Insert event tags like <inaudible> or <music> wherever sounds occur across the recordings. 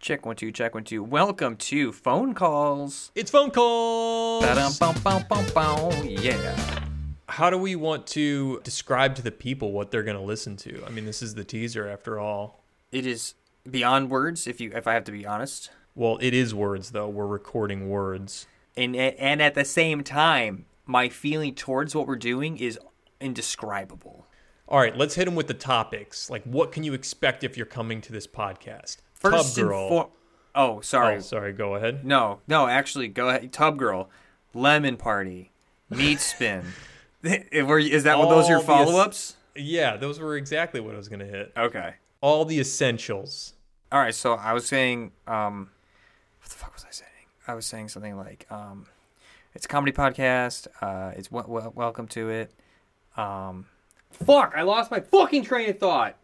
Check one, two, check one, two. Welcome to Phone Calls. It's phone calls. Ba-dum, bum, bum, bum, bum. Yeah. How do we want to describe to the people what they're going to listen to? I mean, this is the teaser after all. It is beyond words, if you if I have to be honest. Well, it is words though. We're recording words. And and at the same time, my feeling towards what we're doing is indescribable. All right, let's hit them with the topics. Like, what can you expect if you're coming to this podcast? First Tub and girl. for- Oh, sorry. oh, sorry. Go ahead. No, no, actually, go ahead. Tub Girl, Lemon Party, <laughs> Meat Spin. If we're- is that what those are your All the ass- follow ups? Yeah, those were exactly what I was going to hit. Okay. All the essentials. All right. So I was saying, um, what the fuck was I saying? I was saying something like, um, it's a comedy podcast. Uh, it's w- w- welcome to it. Um, fuck, I lost my fucking train of thought.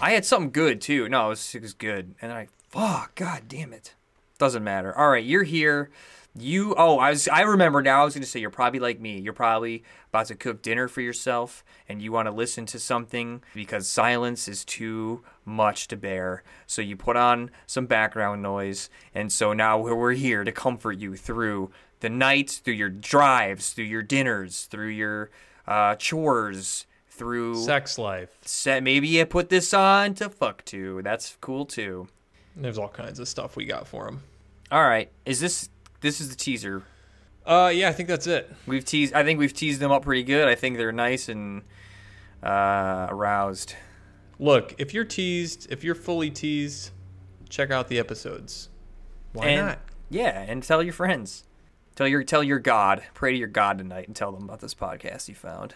I had something good too. No, it was, it was good. And I, fuck, god damn it. Doesn't matter. All right, you're here. You oh, I was I remember now. I was gonna say you're probably like me. You're probably about to cook dinner for yourself, and you want to listen to something because silence is too much to bear. So you put on some background noise, and so now we're we're here to comfort you through the night, through your drives, through your dinners, through your uh, chores, through Sex life. set. Maybe you put this on to fuck to. That's cool too. There's all kinds of stuff we got for them. All right, is this this is the teaser? Uh, yeah, I think that's it. We've teased. I think we've teased them up pretty good. I think they're nice and uh, aroused. Look, if you're teased, if you're fully teased, check out the episodes. Why and, not? Yeah, and tell your friends. Tell your tell your God. Pray to your God tonight and tell them about this podcast you found,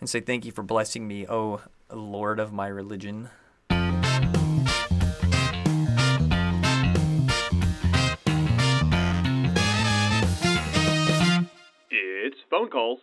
and say thank you for blessing me, oh Lord of my religion. It's phone calls.